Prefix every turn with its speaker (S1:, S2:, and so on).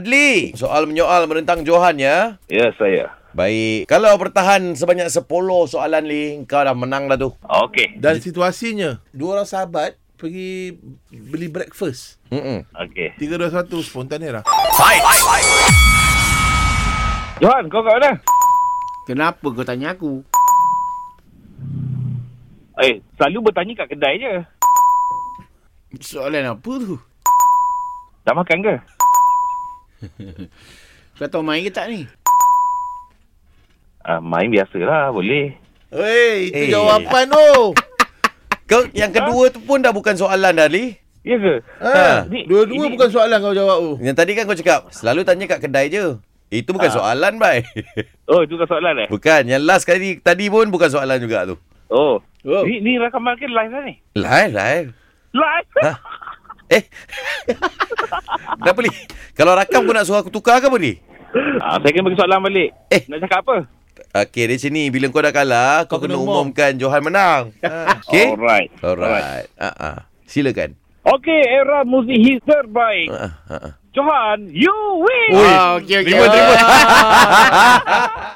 S1: Adli, soal menyoal menentang Johan ya.
S2: Ya, saya.
S1: Baik, kalau bertahan sebanyak 10 soalan Li, kau dah menang dah tu.
S2: Okey.
S3: Dan situasinya Dua orang sahabat Pergi Beli breakfast
S1: Mm-mm.
S2: Okey.
S3: 321 spontan era
S2: Johan, kau kat mana?
S4: Kenapa kau tanya aku?
S2: Eh, selalu bertanya kat kedai je.
S4: Soalan apa tu?
S2: Dah makan ke?
S4: Kau tahu main ke tak ni?
S2: Ah, main biasalah, boleh.
S3: Hei Itu
S1: Eh.
S3: jawapan tu
S1: Kau yang kedua tu pun dah bukan soalan dah Li.
S2: Ya ke?
S3: ha,
S2: Ni-
S3: Dua-dua
S2: ini-
S3: bukan soalan kau jawab tu
S1: Yang tadi kan kau cakap, selalu tanya kat kedai je. Itu bukan soalan, Bai.
S2: Oh, itu bukan soalan eh?
S1: bukan. Yang last kali tadi pun bukan soalan juga tu.
S2: Oh.
S3: Oh.
S2: Ni, ni rakaman ke live lah ni?
S1: Live, live.
S2: Live?
S1: Ha? Eh? Kenapa Li? Kalau rakam kau nak suruh aku tukar ke apa ni?
S2: Ah, saya kena bagi soalan balik.
S1: Eh.
S2: Nak cakap apa?
S1: Okey, di sini bila kau dah kalah, kau, kena, umumkan Oh, Johan menang. Ha, Okey?
S2: Alright.
S1: Alright. Ah ah. Silakan.
S2: Okey, era muzik hits terbaik.
S1: Ah ah.
S2: Johan, you win!
S1: Ui,
S4: Ah, okey, okey.
S1: terima, terima.